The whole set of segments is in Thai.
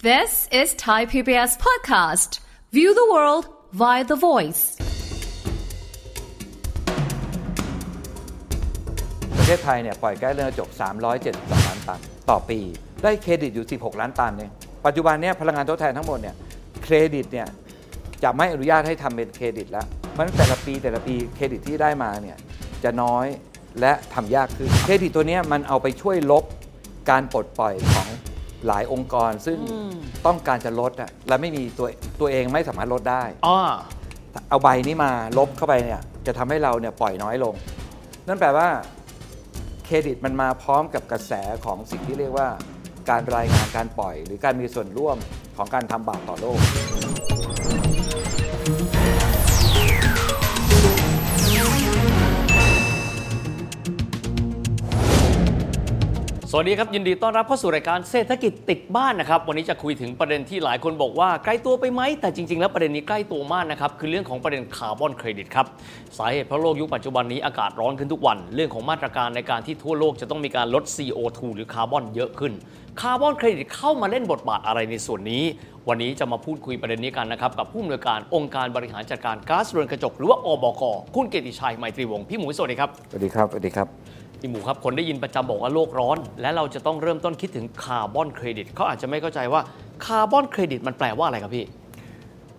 This is Thai PBS podcast. View the world via the voice. ประเทศไทยเนี่ยปล่อยแก๊สเรือนกระจก 372 ล้านตัน ต่อปี ได้เครดิตอยู่ 16 ล้านตันเนี่ยปัจจุบันเนี่ยพลังงานทดแทนทั้งหมดเนี่ยเครดิตเนี่ยจะไม่อนุญาตให้ทำเป็นเครดิตแล้วมันแต่ละปีแต่ละปีเครดิตที่ได้มาเนี่ยจะน้อยและทำยากขึ้นเครดิตตัวเนี้ยมันเอาไปช่วยลบการปลดปล่อยของหลายองค์กร ซึ่งต้องการจะลดอ่ะและไม่มีตัวตัวเองไม่สามารถลดได้ อ๋อ เอาใบนี้มาลบเข้าไปเนี่ยจะทำให้เราเนี่ยปล่อยน้อยลง นั่นแปลว่าเครดิตมันมาพร้อมกับกระแสของสิ่งที่เรียกว่า การรายงานการปล่อย หรือการมีส่วนร่วมของการทำบาปต่อโลก สวัสดีครับ ยินดีต้อนรับเข้าสู่รายการเศรษฐกิจติดบ้านนะครับ วันนี้จะคุยถึงประเด็นที่หลายคนบอกว่าใกล้ตัวไปไหม แต่จริง ๆ แล้วประเด็นนี้ใกล้ตัวมากนะครับ คือเรื่องของประเด็นคาร์บอนเครดิตครับ สาเหตุเพราะโลกยุคปัจจุบันนี้อากาศร้อนขึ้นทุกวัน เรื่องของมาตรการในการที่ทั่วโลกจะต้องมีการลด CO2 หรือคาร์บอนเยอะขึ้น คาร์บอนเครดิตเข้ามาเล่นบทบาทอะไรในส่วนนี้ วันนี้จะมาพูดคุยประเด็นนี้กันนะครับกับผู้อำนวยการองค์การบริหารจัดการก๊าซเรือนกระจกหรือว่าอบกคุณเกียรติชัยไมตรีวงศ์พี่หมูสวัสดีครับ สวัสดีครับ สวัสดีครับ พี่หมูครับ คนได้ยินประจำบอกว่าโลกร้อน และเราจะต้องเริ่มต้นคิดถึงคาร์บอนเครดิตเขาอาจจะไม่เข้าใจว่าคาร์บอนเครดิตมันแปลว่าอะไรครับพี่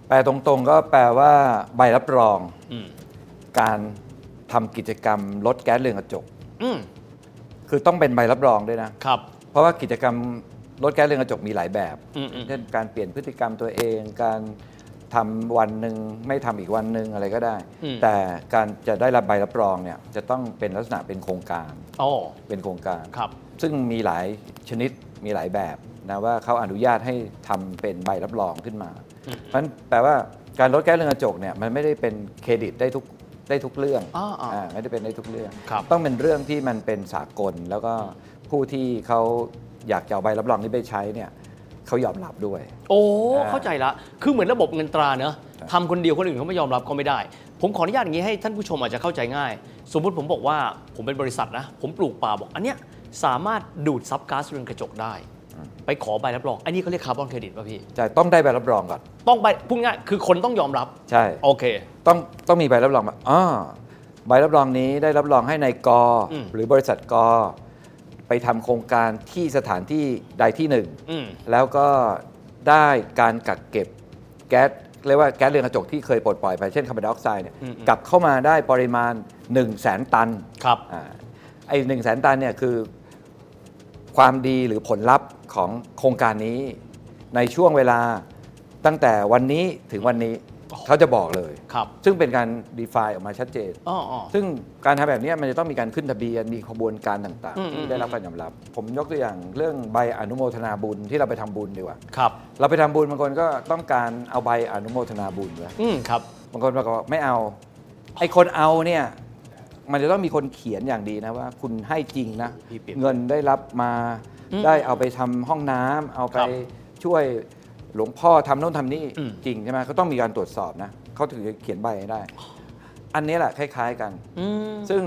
แปลตรงๆก็แปลว่าใบรับรอง อืม การทำกิจกรรมลดแก๊สเรือนกระจก อืม คือต้องเป็นใบรับรองด้วยนะ ครับ เพราะว่ากิจกรรมลดแก๊สเรือนกระจกมีหลายแบบ อืมอืม เช่นการเปลี่ยนพฤติกรรมตัวเอง การทำวันหนึ่งไม่ทำอีกวันหนึ่งอะไรก็ได้ อืม แต่การจะได้รับใบรับรองเนี่ยจะต้องเป็นลักษณะเป็นโครงการ อ๋อ เป็นโครงการ ครับ ซึ่งมีหลายชนิดมีหลายแบบนะว่าเขาอนุญาตให้ทำเป็นใบรับรองขึ้นมา อืม เพราะฉะนั้นแปลว่าการลดแก๊สเรือนกระจกเนี่ยมันไม่ได้เป็นเครดิตได้ทุกได้ทุกเรื่อง อ่าอ่า าไม่ได้เป็นได้ทุกเรื่อง ครับ ต้องเป็นเรื่องที่มันเป็นสากลแล้วก็ผู้ที่เขาอยากจะเอาใบรับรองนี้ไปใช้เนี่ยเขายอมรับด้วย โอ้ อ่า เข้าใจละ คือเหมือนระบบเงินตราเนอะทำคนเดียวคนอื่นเขาไม่ยอมรับก็ไม่ได้ ผมขออนุญาตอย่างนี้ให้ท่านผู้ชมอาจจะเข้าใจง่าย สมมุติผมบอกว่าผมเป็นบริษัทนะ ผมปลูกป่าบอก อันเนี้ยสามารถดูดซับก๊าซเรือนกระจกได้ อืม ไปขอใบรับรอง อันนี้เขาเรียกคาร์บอนเครดิตป่ะพี่ จะต้องได้ใบรับรองก่อน ต้องใบพูดง่ายคือคนต้องยอมรับ ใช่ โอเค ต้องต้องมีใบรับรองมาอ๋อใบรับรองนี้ได้รับรองให้ในายก อืม หรือบริษัทกไปทำโครงการที่สถานที่ใดที่หนึ่ง อืม แล้วก็ได้การกักเก็บแก๊สเรียกว่าแก๊สเรือนกระจกที่เคยปลดปล่อยไปเช่นคาร์บอนไดออกไซด์เนี่ย อืม กลับเข้ามาได้ปริมาณ 1 0 0 0 0แสนตัน ครับ อ่าไอ้หนึ่งแสนตันเนี่ยคือความดีหรือผลลัพธ์ของโครงการนี้ ในช่วงเวลาตั้งแต่วันนี้ถึงวันนี้เขาจะบอกเลย ครับ ซึ่งเป็นการ define ออกมาชัดเจน อ๋ออ๋อ ซึ่งการทำแบบเนี้ยมันจะต้องมีการขึ้นทะเบียนมีขบวนการต่าง อืม ๆ อืม ที่ได้รับการยอมรับ ผมยกตัวอย่างเรื่องใบอนุโมทนาบุญที่เราไปทำบุญดีกว่า ครับ เราไปทำบุญบางคนก็ต้องการเอาใบอนุโมทนาบุญไว้ อืมครับ บางคนบอกว่าไม่เอาไอ้คนเอาเนี่ยมันจะต้องมีคนเขียนอย่างดีนะว่า คุณให้จริงนะ พี่เปรียบ เงินได้รับมา อืม ได้เอาไปทำห้องน้ำเอาไป ครับ ช่วยหลวงพ่อทำโน่นทำนี่ อืม จริงใช่ไหมเขาต้องมีการตรวจสอบนะเขาถึงจะเขียนใบให้ได้ อันนี้แหละคล้าย ๆกัน อืม ซึ่ง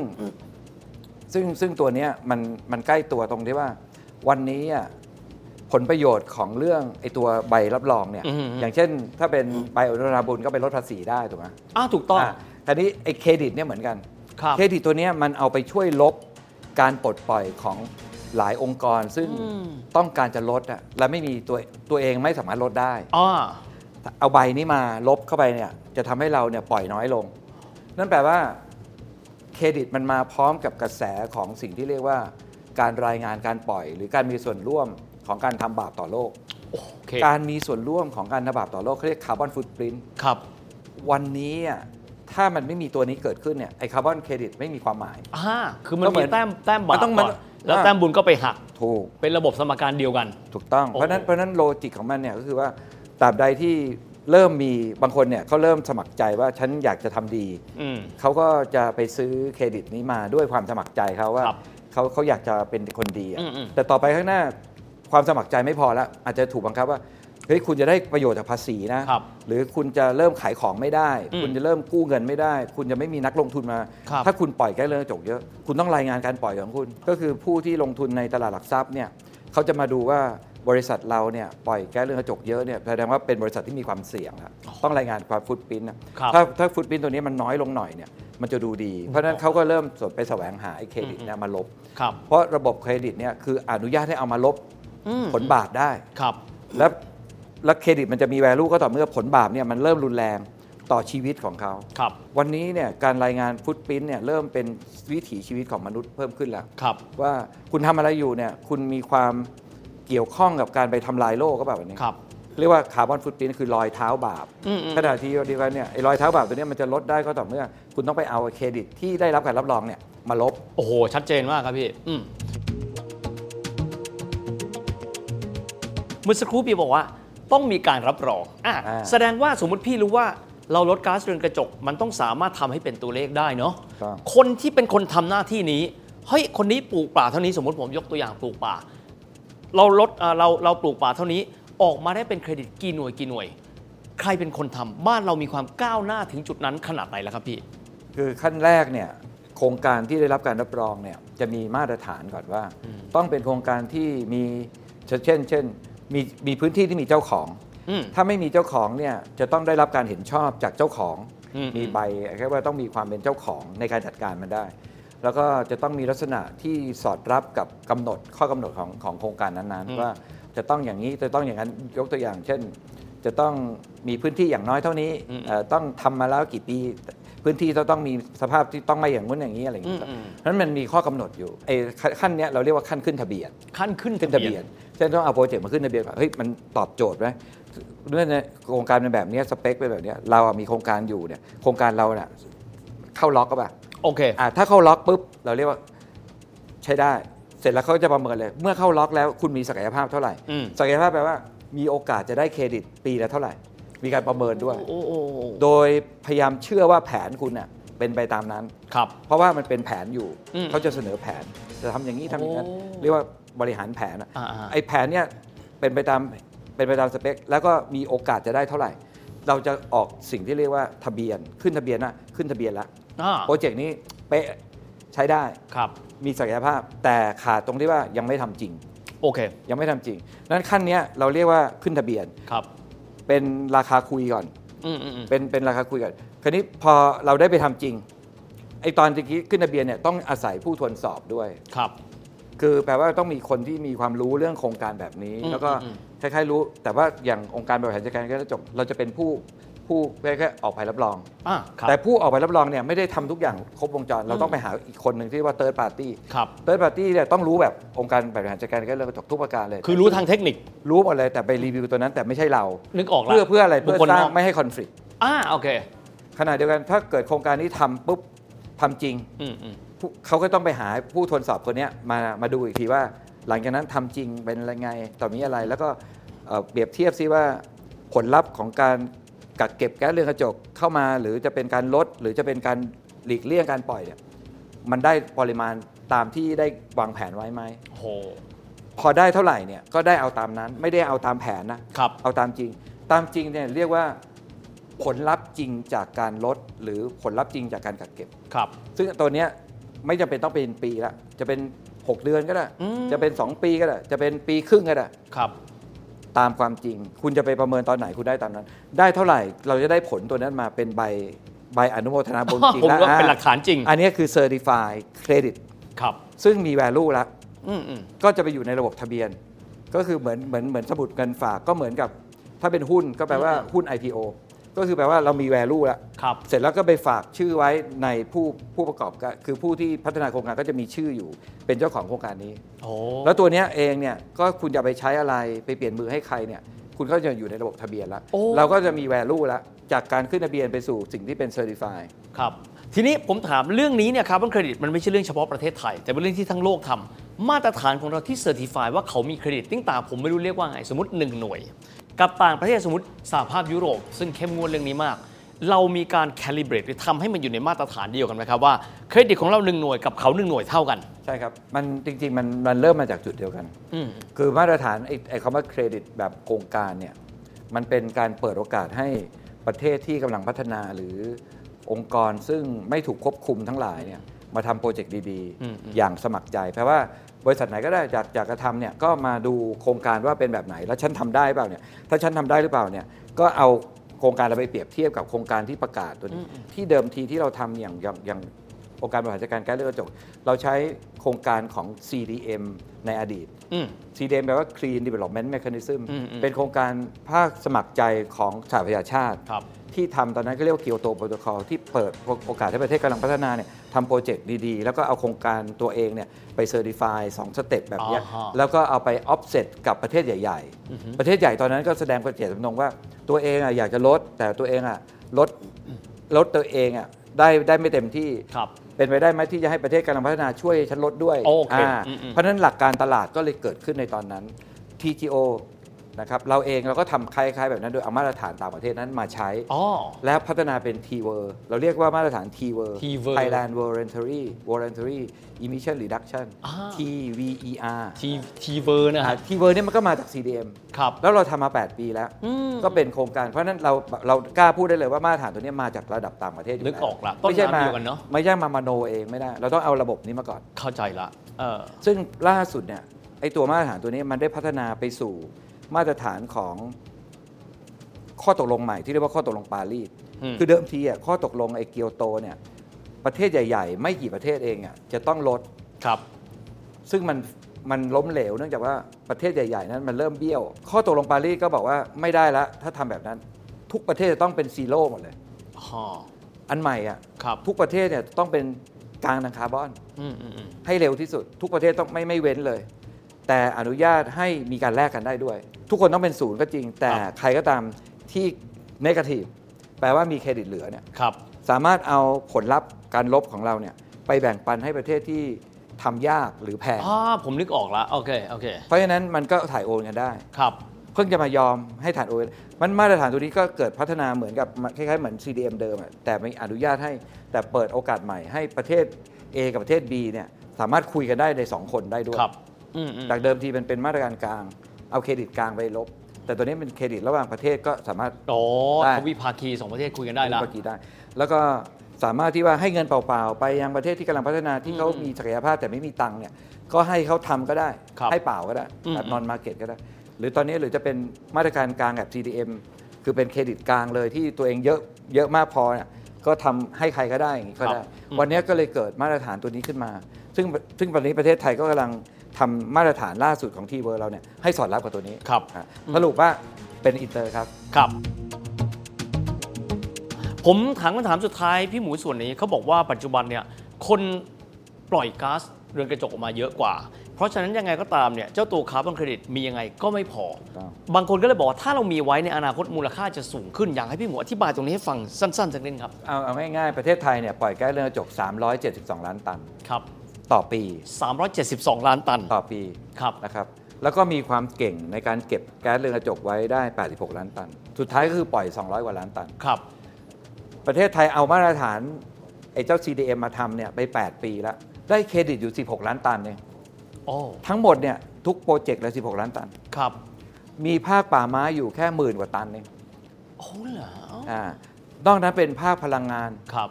ซึ่งซึ่งตัวเนี้ยมันมันใกล้ตัวตรงที่ว่า วันนี้อะผลประโยชน์ของเรื่องไอตัวใบรับรองเนี่ย อือฮึ อย่างเช่น ถ้าเป็นใบอนุญาบุญก็เป็นลดภาษีได้ถูกไหม อ้าวถูกต้อง อ่ะแต่นี้ไอเครดิตเนี่ยเหมือนกัน ครับ เครดิตตัวเนี้ยมันเอาไปช่วยลบการปลดปล่อยของหลายองค์กร ซึ่ง อืม ต้องการจะลดอ่ะและไม่มีตัวตัวเองไม่สามารถลดได้ อ๋อ เอาใบนี้มาลบเข้าไปเนี่ยจะทำให้เราเนี่ยปล่อยน้อยลง นั่นแปลว่าเครดิตมันมาพร้อมกับกระแสของสิ่งที่เรียกว่าการรายงานการปล่อย หรือการมีส่วนร่วมของการทำบาปต่อโลก โอเค การมีส่วนร่วมของการทำบาปต่อโลกเขาเรียกคาร์บอนฟุตปริน ครับ วันนี้อะถ้ามันไม่มีตัวนี้เกิดขึ้นเนี่ยไอคาร์บอนเครดิตไม่มีความหมาย อ่า คือมัน ก็เหมื มี อน แต้มแต้มบา มั ป นต้องมัน ก่อนแล้ว อ่า แต้มบุญก็ไปหัก ถูก เป็นระบบสมการเดียวกัน ถูกต้อง โอ้ เพราะฉะนั้น โห เพราะฉะนั้นโลจิกของมันเนี่ยก็คือว่าตราบใดที่เริ่มมีบางคนเนี่ยเขาเริ่มสมัครใจว่าฉันอยากจะทำดี อืม เขาก็จะไปซื้อเครดิตนี้มาด้วยความสมัครใจเขาว่า ครับ เขาเขาอยากจะเป็นคนดีอะ อืมอืม แต่ต่อไปข้างหน้าความสมัครใจไม่พอแล้วอาจจะถูกบังคับว่าเฮ้ยคุณจะได้ประโยชน์จากภาษีนะครับ หรือคุณจะเริ่มขายของไม่ได้ อืม คุณจะเริ่มกู้เงินไม่ได้ คุณจะไม่มีนักลงทุนมา ครับ ถ้าคุณปล่อยแก้เรื่องกระจกเยอะ คุณต้องรายงานการปล่อยของคุณ ก็คือผู้ที่ลงทุนในตลาดหลักทรัพย์เนี่ยเขาจะมาดูว่า บริษัทเราเนี่ยปล่อยแก๊สเรือนกระจกเยอะเนี่ยแสดงว่าเป็นบริษัทที่มีความเสี่ยงอะต้องรายงานความฟุตปิ้นนะครับ ถ้าถ้าฟุตปิ้นตัวนี้มันน้อยลงหน่อยเนี่ยมันจะดูดี เพราะฉะนั้นเขาก็เริ่มสนไปแสวงหาไอ้เครดิตเนี่ยมาลบ ครับ เพราะระบบเครดิตเนี่ยคืออนุญาตให้เอามาลบ อืม ผลบาปได้ ครับ แล้วแล้วเครดิตมันจะมี value ก็ต่อเมื่อผลบาปเนี่ยมันเริ่มรุนแรงต่อชีวิตของเขา ครับ วันนี้เนี่ยการรายงานฟุตปิ้นเนี่ยเริ่มเป็นวิถีชีวิตของมนุษย์เพิ่มขึ้นแล้ว ครับ ว่าคุณทำอะไรอยู่เนี่ยคุณมีความเกี่ยวข้องกับการไปทำลายโลกก็แบบนี้ ครับ เรียกว่าคาร์บอนฟุตปิ้นคือรอยเท้าบาป อืมอืม ขณะที่เดียวกันเนี่ยไอ้รอยเท้าบาปตัวเนี้ยมันจะลดได้ก็ต่อเมื่อ คุณต้องไปเอาเครดิตที่ได้รับการรับรองเนี่ยมาลบ โอ้โห ชัดเจนมากครับพี่อืมเมื่อสักครู่พี่บอกว่า ต้องมีการรับรองอ่ะ อ่า แสดงว่าสมมติพี่รู้ว่าเราลดก๊าซเรือนกระจก มันต้องสามารถทำให้เป็นตัวเลขได้เนาะ ครับ คนที่เป็นคนทำหน้าที่นี้เฮ้ยคนนี้ปลูกป่าเท่านี้สมมติผมยกตัวอย่างปลูกป่า เราลดเอ่อเราเราปลูกป่าเท่านี้ออกมาได้เป็นเครดิตกี่หน่วยกี่หน่วย ใครเป็นคนทำบ้านเรามีความก้าวหน้าถึงจุดนั้นขนาดไหนแล้วครับพี่ คือขั้นแรกเนี่ยโครงการที่ได้รับการรับรองเนี่ยจะมีมาตรฐานก่อนว่า ต้องเป็นโครงการที่มีเช่นเช่นเช่นมีมีพื้นที่ที่มีเจ้าของ อืม ถ้าไม่มีเจ้าของเนี่ยจะต้องได้รับการเห็นชอบจากเจ้าของ อืม มีใบแค่ว่าต้องมีความเป็นเจ้าของในการจัดการมันได้ แล้วก็จะต้องมีลักษณะที่สอดรับกับกำหนดข้อกำหนดของของโครงการนั้นๆ ว่าจะต้องอย่างนี้จะต้องอย่างนั้นยกตัวอย่าง เช่น จะต้องมีพื้นที่อย่างน้อยเท่านี้ อืม เอ่อต้องทำมาแล้วกี่ปี พื้นที่จะต้องมีสภาพที่ต้องไม่อย่างนู้นอย่างนี้อะไรอย่างเงี้ยครับเพราะฉะนั้นมันมีข้อกำหนดอยู่ไอ้ขั้นเนี้ยเราเรียกว่าขั้นขึ้นทะเบียน ขั้นขึ้น ขึ้นทะเบียนเช่นต้องเอาโปรเจกต์มาขึ้นทะเบียนก่อนเฮ้ยมันตอบโจทย์ไหมเรื่องในโครงการเป็นแบบเนี้ยสเปคเป็นแบบเนี้ยเราอะมีโครงการอยู่เนี่ยโครงการเราเนี่ยเข้าล็อกก็แบบ โอเค อ่ะถ้าเข้าล็อกปุ๊บเราเรียกว่าใช้ได้ เสร็จแล้วเขาจะประเมินเลย เมื่อเข้าล็อกแล้วคุณมีศักยภาพเท่าไหร่ อืม ศักยภาพแปลว่า มีโอกาสจะได้เครดิตปีละเท่าไหร่ มีการประเมินด้วย โอ้โอ้โอ้ โดยพยายามเชื่อว่าแผนคุณน่ะเป็นไปตามนั้น ครับ เพราะว่ามันเป็นแผนอยู่ อืม เขาจะเสนอแผนจะทำอย่างนี้ทำอย่างนั้น โอ้ เรียกว่าบริหารแผนอะ อ่าๆ ไอ้แผนเนี่ยเป็นไปตามเป็นไปตามสเปค แล้วก็มีโอกาสจะได้เท่าไหร่ เราจะออกสิ่งที่เรียกว่าทะเบียนขึ้นทะเบียนนะขึ้นทะเบียนละ อ่า โปรเจกต์นี้เป๊ะใช้ได้ ครับ มีศักยภาพ แต่ขาดตรงที่ว่ายังไม่ทำจริง โอเค ยังไม่ทำจริงนั้นขั้นเนี้ยเราเรียกว่าขึ้นทะเบียน ครับ เป็นราคาคุยก่อน อืมอืมอืม เป็นเป็นราคาคุยกัน คราวนี้พอเราได้ไปทำจริง ไอตอนตะกี้ขึ้นทะเบียนเนี่ยต้องอาศัยผู้ทวนสอบด้วย ครับ คือแปลว่าต้องมีคนที่มีความรู้เรื่องโครงการแบบนี้ อืม แล้วก็ อืม คล้ายๆรู้ แต่ว่าอย่างองค์การบริหารจัดการแก็จบเราจะเป็นผู้ผู้แค่ออกใบรับรอง อ่าครับ แต่ผู้ออกใบรับรองเนี่ยไม่ได้ทำทุกอย่างครบวงจร เราต้องไปหาอีกคนหนึ่งที่ว่า third party ครับ third party เนี่ยต้องรู้แบบองค์การบริหารจัดการแก็จบทุกประการเลย คือรู้ทางเทคนิค รู้หมดเลยแต่ไปรีวิวตัวนั้นแต่ไม่ใช่เรา นึกออกละ เพื่อเพื่ออะไร บุ เพื่ ค อ คล สร้าน ง อก ไม่ให้ conflict อ่าโอเค ขณะเดียวกันถ้าเกิดโครงการนี้ทำปุ๊บทำจริง อืมอืม ผู้เขาก็ต้องไปหาผู้ทวนสอบคนเนี้ยมามาดูอีกทีว่า หลังจากนั้นทำจริงเป็นยังไงต่อมีอะไร แล้วก็เอ่อเปรียบเทียบซิว่าผลลัพธ์ของการกักเก็บแก๊สเรือนกระจกเข้ามา หรือจะเป็นการลด หรือจะเป็นการหลีกเลี่ยงการปล่อยเนี่ยมันได้ปริมาณตามที่ได้วางแผนไว้ไหม โห พอได้เท่าไหร่เนี่ยก็ได้เอาตามนั้นไม่ได้เอาตามแผนนะครับ เอาตามจริง ตามจริงเนี่ยเรียกว่าผลลัพธ์จริงจากการลด หรือผลลัพธ์จริงจากการกักเก็บ ครับ ซึ่งตัวเนี้ยไม่จำเป็นต้องเป็นปีละจะเป็น 6 เดือนก็ได้ อืม จะเป็น 2 ปีก็ได้จะเป็นปีครึ่งก็ได้ ครับ ตามความจริง คุณจะไปประเมินตอนไหนคุณได้ตามนั้น ได้เท่าไหร่เราจะได้ผลตัวนั้นมาเป็นใบใบอนุโมทนาบุญจริง ผม แล้ว ว่าเป็น อ่ะ หลักฐานจริง อันเนี้ยคือ certify credit ครับ ซึ่งมี value แล้ว อืมอืม ก็จะไปอยู่ในระบบทะเบียน ก็คือเหมือนเหมือนเหมือนสมุดเงินฝากก็เหมือนกับ ถ้าเป็นหุ้นก็แปลว่าหุ้น IPO ก็คือแปลว่าเรามี value แล้ว ครับ เสร็จแล้วก็ไปฝากชื่อไว้ในผู้ผู้ประกอบการคือผู้ที่พัฒนาโครงการก็จะมีชื่ออยู่ เป็นเจ้าของโครงการนี้ โอ้ แล้วตัวเนี้ยเองเนี่ยก็คุณจะไปใช้อะไรไปเปลี่ยนมือให้ใครเนี่ยคุณก็จะอยู่ในระบบทะเบียนแล้ว เราก็จะมี value แล้วจากการขึ้นทะเบียนไปสู่สิ่งที่เป็น certify ครับ ทีนี้ผมถามเรื่องนี้เนี่ยคาร์บอนเครดิตมันไม่ใช่เรื่องเฉพาะประเทศไทย แต่เป็นเรื่องที่ทั้งโลกทำมาตรฐานของเราที่เซอร์ติฟายว่าเขามีเครดิตติ้งต่างผมไม่รู้เรียกว่าไง สมมติ 1 หน่วย กับต่างประเทศสมมติสหภาพยุโรป ซึ่งเข้มงวดเรื่องนี้มาก เรามีการแคลิเบรตหรือทำให้มันอยู่ในมาตรฐานเดียวกันไหมครับว่าเครดิตของเราหนึ่งหน่วยกับเขาหนึ่งหน่วยเท่ากัน ใช่ครับ มันจริงๆมันมันเริ่มมาจากจุดเดียวกัน อืม คือมาตรฐานไอ้ไอ้คำว่าเครดิตแบบโครงการเนี่ยมันเป็นการเปิดโอกาสให้ประเทศที่กำลังพัฒนาหรือองค์กรซึ่งไม่ถูกควบคุมทั้งหลายเนี่ยมาทำโปรเจกต์ดี อืม ๆ อย่างสมัครใจ แปลว่า บริษัทไหนก็ได้จากจากกระทำเนี่ยก็มาดูโครงการว่าเป็นแบบไหน แล้วฉันทำได้เปล่าเนี่ยถ้าฉันทำได้หรือเปล่าเนี่ยก็เอาโครงการเราไปเปรียบเทียบกับโครงการที่ประกาศตัวนี้ที่เดิมทีที่เราทำอย่างอย่างอย่างองค์การบริหารจัดการแก้เลือดกระจก เราใช้โครงการของ CDM ในอดีต อืม CDM แปลว่า Clean Development Mechanism อืมอืม เป็นโครงการภาคสมัครใจของสหประชาชาติ ครับ ที่ทำตอนนั้นก็เรียกว่าเกียวโตโปรโตคอลที่เปิดโอกาสให้ประเทศกำลังพัฒนาเนี่ยทำโปรเจกต์ดี ๆ แล้วก็เอาโครงการตัวเองเนี่ยไปเซอร์ติฟายสองสเต็ปแบบเนี้ย อ่าฮะ แล้วก็เอาไปออฟเซตกับประเทศใหญ่ ๆ ประเทศใหญ่ตอนนั้นก็แสดงความเจตจำนงว่าตัวเองอ่ะอยากจะลด แต่ตัวเองอ่ะลดลดตัวเองอ่ะได้ได้ไม่เต็มที่ ครับ เป็นไปได้ไหมที่จะให้ประเทศกำลังพัฒนาช่วยฉันลดด้วย โอเค อ่า อืมๆ เพราะฉะนั้นหลักการตลาดก็เลยเกิดขึ้นในตอนนั้น TGO นะครับเราเองเราก็ทำคล้ายๆแบบนั้นโดยเอามาตรฐานต่างประเทศนั้นมาใช้ อ๋อ และพัฒนาเป็น T w o r เราเรียกว่ามาตรฐาน T w o r TVER Thailand Voluntary Voluntary Emission Reduction อ่า TVER ทีทีเวอร์นะฮะ T w o r เนี่ยมันก็มาจาก CDM ครับ แล้วเราทำมา 8 ปีแล้ว อืม ก็เป็นโครงการเพราะฉะนั้นเราเรากล้าพูดได้เลยว่ามาตรฐานตัวเนี้ยมาจากระดับต่างประเทศยู่ นึกออกละต้น ไม่ใช่ น้ำ มา เดียวกันเนอะ ไม่ใช่มามาโนเองไม่ได้ เราต้องเอาระบบนี้มาก่อน เข้าใจละเออ ซึ่งล่าสุดเนี่ยไอตัวมาตรฐานตัวนี้มันได้พัฒนาไปสู่มาตรฐานของข้อตกลงใหม่ที่เรียกว่าข้อตกลงปารีส อืม คือเดิมทีอ่ะข้อตกลงไอเกียวโตเนี่ยประเทศใหญ่ ๆ ไม่กี่ประเทศเองอ่ะจะต้องลด ครับ ซึ่งมันมันล้มเหลวเนื่องจากว่าประเทศใหญ่ ๆ นั้นมันเริ่มเบี้ยว ข้อตกลงปารีสก็บอกว่าไม่ได้ละถ้าทำแบบนั้น ทุกประเทศจะต้องเป็นซีโร่หมดเลย อ๋อ อันใหม่อ่ะ ครับ ทุกประเทศเนี่ยต้องเป็นกลางทางคาร์บอน อืมอืมอืม ให้เร็วที่สุด ทุกประเทศต้องไม่ไม่เว้นเลย แต่อนุญาตให้มีการแลกกันได้ด้วย ทุกคนต้องเป็นศูนย์ก็จริง แต่ใครก็ตามที่นกาทีฟแปลว่ามีเครดิตเหลือเนี่ย ครับ สามารถเอาผลลัพธ์การลบของเราเนี่ยไปแบ่งปันให้ประเทศที่ทำยากหรือแพง อ๋อ ผมนึกออกละ โอเค โอเค เพราะฉะนั้นมันก็ถ่ายโอนกันได้ ครับ เพิ่งจะมายอมให้ฐานโอนมันมาตรฐานตัวนี้ก็เกิดพัฒนาเหมือนกับคล้ายๆเหมือน CDM เดิมอะแต่ไม่อนุญาตให้แต่เปิดโอกาสใหม่ให้ประเทศ A กับประเทศ B เนี่ยสามารถคุยกันได้ในสองคนได้ด้วย ครับ อืมอืม จากเดิมทีมันเป็นมาตรการกลาง เอาเครดิตกลางไปลบ แต่ตัวนี้เป็นเครดิตระหว่างประเทศก็สามารถ โอ้ ได้ ทวิภาคีสองประเทศคุยกันได้ละ ธุรกิจได้ แล้วก็สามารถที่ว่าให้เงินเปล่าๆ ไปยังประเทศที่กำลังพัฒนาที่เขามีศักยภาพแต่ไม่มีตังค์เนี่ยก็ให้เขาทำก็ได้ ครับ ให้เปล่าก็ได้ อืม แบบนอนมาเก็ตก็ได้ หรือตอนนี้หรือจะเป็นมาตรการกลางแบบ CDM คือเป็นเครดิตกลางเลยที่ตัวเองเยอะเยอะมากพอเนี่ยก็ทำให้ใครก็ได้อย่างนี้ก็ ค ได้ รับอืม วันนี้ก็เลยเกิดมาตรฐานตัวนี้ขึ้นมา ซึ่งซึ่งตอนนี้ประเทศไทยก็กำลังทำมาตรฐานล่าสุดของทีเวอร์เราเนี่ยให้สอดรับกับตัวนี้ ครับ อ่ะสรุปว่าเป็นอินเตอร์ครับ ครับ ผมถามคำถามสุดท้ายพี่หมูส่วนนี้เขาบอกว่าปัจจุบันเนี่ยคนปล่อยก๊าซเรือนกระจกออกมาเยอะกว่า เพราะฉะนั้นยังไงก็ตามเนี่ยเจ้าตัวคาร์บอนเครดิตมียังไงก็ไม่พอ ครับ บางคนก็เลยบอกว่าถ้าเรามีไว้ในอนาคตมูลค่าจะสูงขึ้นอยากให้พี่หมูอธิบายตรงนี้ให้ฟังสั้นๆสักนิดครับ เอาเอาง่ายๆ ประเทศไทยเนี่ยปล่อยแก๊สเรือนกระจก 372 ล้านตัน ครับ ต่อปี 372 ล้านตัน ต่อปี ครับ นะครับ แล้วก็มีความเก่งในการเก็บแก๊สเรือนกระจกไว้ได้ 86 ล้านตัน สุดท้ายก็คือปล่อย 200 กว่าล้านตัน ครับ ประเทศไทยเอามาตรฐานไอ้เจ้า CDM มาทำเนี่ยไป 8 ปีแล้ว ได้เครดิตอยู่ 16 ล้านตันเอง โอ้ ทั้งหมดเนี่ยทุกโปรเจกต์เลย16 ล้านตัน ครับ มีภาคป่าไม้อยู่แค่หมื่นกว่าตันเอง โอ้เหรอ อ่านอกนั้นเป็นภาคพลังงาน ครับ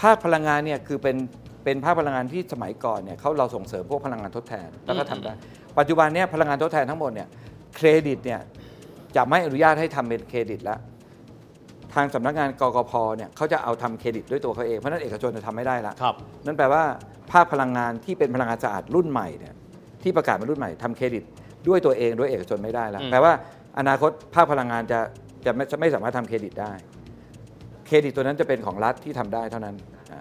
ภาคพลังงานเนี่ยคือเป็นเป็นภาคพลังงานที่สมัยก่อนเนี่ยเขาเราส่งเสริมพวกพลังงานทดแทนแล้วก็ทำได้ ปัจจุบันเนี่ยพลังงานทดแทนทั้งหมดเนี่ยเครดิตเนี่ยจะไม่อนุญาตให้ทำเป็นเครดิตแล้ว ทางสำนักงานกกพเนี่ยเขาจะเอาทำเครดิตด้วยตัวเขาเองเพราะฉะนั้นเอกชนจะทำไม่ได้ละ ครับ นั่นแปลว่าภาคพลังงานที่เป็นพลังงานสะอาดรุ่นใหม่เนี่ยที่ประกาศเป็นรุ่นใหม่ทำเครดิตด้วยตัวเองด้วยเอกชนไม่ได้แล้ว อืม แปลว่าอนาคตภาคพลังงานจะจะไม่จะไม่สามารถทำเครดิตได้ เครดิตตัวนั้นจะเป็นของรัฐที่ทำได้เท่านั้นอ่ะ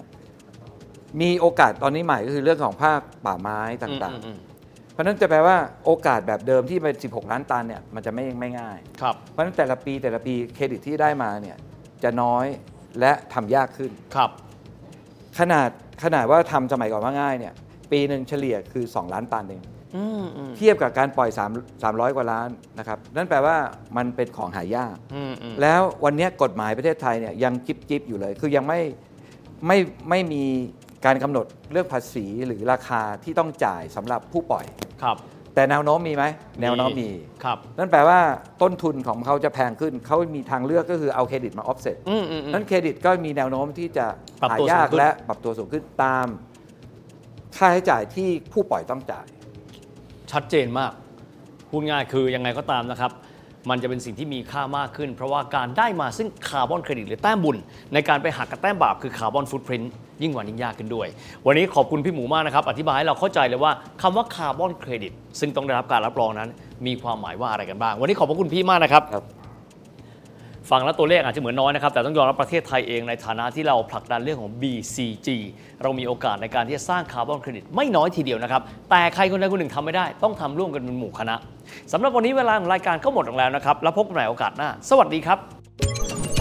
มีโอกาสตอนนี้ใหม่ก็คือเรื่องของภาคป่าไม้ต่าง อืมอืมอืม ๆ เพราะฉะนั้นจะแปลว่าโอกาสแบบเดิมที่เป็น 16 ล้านตันเนี่ยมันจะไม่ไม่ง่าย ครับ เพราะฉะนั้นแต่ละปีแต่ละปีเครดิตที่ได้มาเนี่ยจะน้อยและทำยากขึ้น ครับ ขนาดขนาดว่าทำสมัยก่อนว่าง่ายเนี่ยปีหนึ่งเฉลี่ยคือ 2 ล้านตันเอง อืมอืม เทียบกับการปล่อย3 300 กว่าล้านนะครับนั่นแปลว่ามันเป็นของหายาก อืมอืม แล้ววันเนี้ยกฎหมายประเทศไทยเนี่ยยังจิบจิบอยู่เลย คือยังไม่ไม่ไม่มีการกำหนดเรื่องภาษีหรือราคาที่ต้องจ่ายสำหรับผู้ปล่อย ครับ แต่แนวโน้มมีไหมแนวโน้มมี ครับ นั่นแปลว่าต้นทุนของเขาจะแพงขึ้น เขามีทางเลือกก็คือเอาเครดิตมาออฟเซ็ต อืมอืมอืม นั้นเครดิตก็มีแนวโน้มที่จะ ปรับ หา ตัวสูง ยาก ขึ้น และปรับตัวสูงขึ้นตาม ค่าใช้จ่ายที่ผู้ปล่อยต้องจ่าย ชัดเจนมาก พูดง่ายคือยังไงก็ตามนะครับ มันจะเป็นสิ่งที่มีค่ามากขึ้น เพราะว่าการได้มาซึ่งคาร์บอนเครดิตหรือแต้มบุญ ในการไปหักกับแต้มบาปคือคาร์บอนฟุตพรินต์ยิ่งกว่านี้ยากขึ้นด้วย วันนี้ขอบคุณพี่หมูมากนะครับ อธิบายให้เราเข้าใจเลยว่าคำว่าคาร์บอนเครดิตซึ่งต้องได้รับการรับรองนั้น มีความหมายว่าอะไรกันบ้าง วันนี้ขอบพระคุณพี่มากนะครับ ครับ ฟังแล้วตัวเลขอาจจะเหมือนน้อยนะครับ แต่ต้องยอมรับประเทศไทยเองในฐานะที่เราผลักดันเรื่องของ BCG เรามีโอกาสในการที่จะสร้างคาร์บอนเครดิตไม่น้อยทีเดียวนะครับ แต่ใครคนใดคนหนึ่งทำไม่ได้ ต้องทำร่วมกันเป็นหมู่คณะสำหรับวันนี้เวลาของรายการก็หมดลงแล้วนะครับ แล้วพบกันใหม่โอกาสหน้า สวัสดีครับ